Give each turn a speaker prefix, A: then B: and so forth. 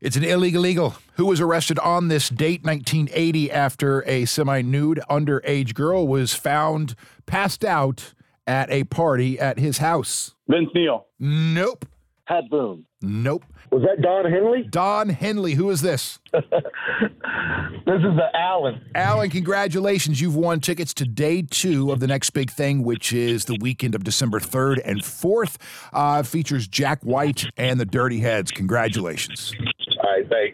A: It's an illegal eagle who was arrested on this date, 1980, after a semi nude underage girl was found passed out at a party at his house.
B: Vince Neal,
A: Nope.
B: Pat Boone.
A: Nope.
C: Was that Don Henley?
A: Don Henley, who is this?
C: This is the Allen.
A: Alan, congratulations. You've won tickets to day two of the next big thing, which is the weekend of December 3rd and 4th. Uh, features Jack White and the Dirty Heads. Congratulations.
C: All right, thanks.